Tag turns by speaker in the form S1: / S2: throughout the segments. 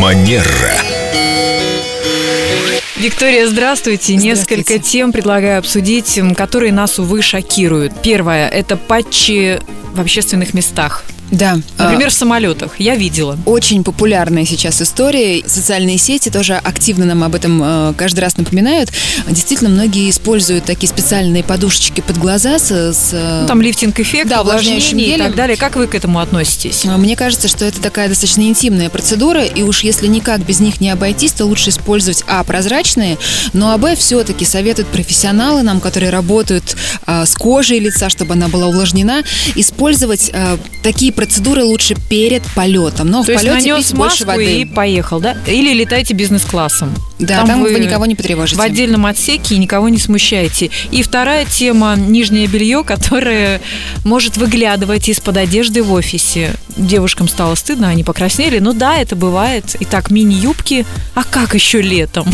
S1: Манера.
S2: Виктория, здравствуйте. Несколько тем предлагаю обсудить, м, которые нас, увы, шокируют. Первое – это патчи в общественных местах.
S3: Да.
S2: Например, в самолетах. Я видела.
S3: А, Очень популярная сейчас история. Социальные сети тоже активно нам об этом э, каждый раз напоминают. Действительно, многие используют такие специальные подушечки под глаза с... с, э,
S2: Ну, Там лифтинг-эффект,
S3: Да, Ну, увлажняющим
S2: увлажнение и
S3: гелем.
S2: так далее. Как вы к этому относитесь?
S3: Мне кажется, что это такая достаточно интимная процедура, и уж если никак без них не обойтись, то лучше использовать а прозрачные, но а б все-таки советуют профессионалы нам, которые работают а, с кожей лица, чтобы она была увлажнена, использовать а, такие процедуры лучше перед полетом. Но
S2: То
S3: в
S2: есть
S3: полете
S2: нанес
S3: пить больше
S2: маску
S3: воды.
S2: и поехал, да? Или летайте бизнес-классом.
S3: Да,
S2: там
S3: там, вы...
S2: вы
S3: никого не потревожите.
S2: В отдельном отсеке и никого не смущайте. И вторая тема – нижнее белье, которое может выглядывать из-под одежды в офисе. Девушкам стало стыдно, они покраснели. Ну да, это бывает. И так, мини-юбки, а как еще летом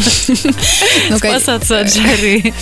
S3: Ну, ка-
S2: спасаться от жары?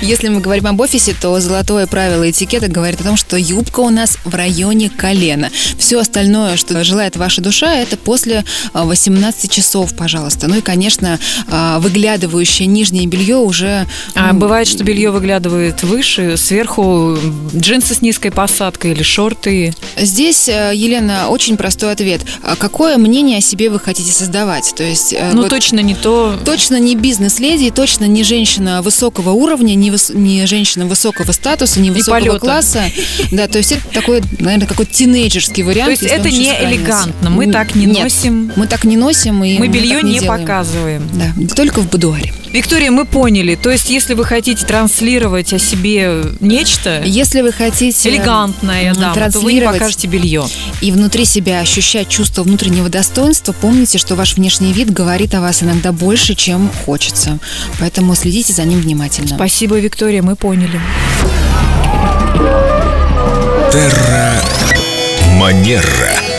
S3: Если мы говорим об офисе, то золотое правило этикета говорит о том, что юбка у нас в районе колена. Все остальное, что желает ваша душа, это после а, 18 часов, пожалуйста. Ну и, конечно, а, выглядывающее нижнее белье уже...
S2: А
S3: м,
S2: бывает, что белье выглядывает выше, сверху джинсы с низкой посадкой или шорты.
S3: Здесь, э, Елена, очень простой ответ. А Какое мнение о себе вы хотите создавать? То есть... э,
S2: Ну
S3: вот
S2: точно не то.
S3: Точно не бизнес-леди, и точно не женщина высокого уровня, не, выс- не женщина высокого статуса, не высокого
S2: полета.
S3: класса. Да, то есть это такой, наверное, какой-то тинейджерский вариант.
S2: То есть
S3: если он
S2: это
S3: еще
S2: не
S3: сохранился.
S2: элегантно. Мы
S3: Н-
S2: так не
S3: нет,
S2: носим.
S3: Мы так не носим и
S2: Мы
S3: так
S2: белье не
S3: делаем.
S2: показываем.
S3: Да, только в будуаре.
S2: Виктория, мы поняли. То есть, если вы хотите транслировать о себе нечто
S3: Если вы хотите
S2: элегантное,
S3: м,
S2: да, то вы не
S3: транслировать
S2: покажете белье.
S3: и внутри себя ощущать чувство внутреннего достоинства, помните, что ваш внешний вид говорит о вас иногда больше, чем хочется. Поэтому следите за ним внимательно.
S2: Спасибо, Виктория, мы поняли.
S1: Манера.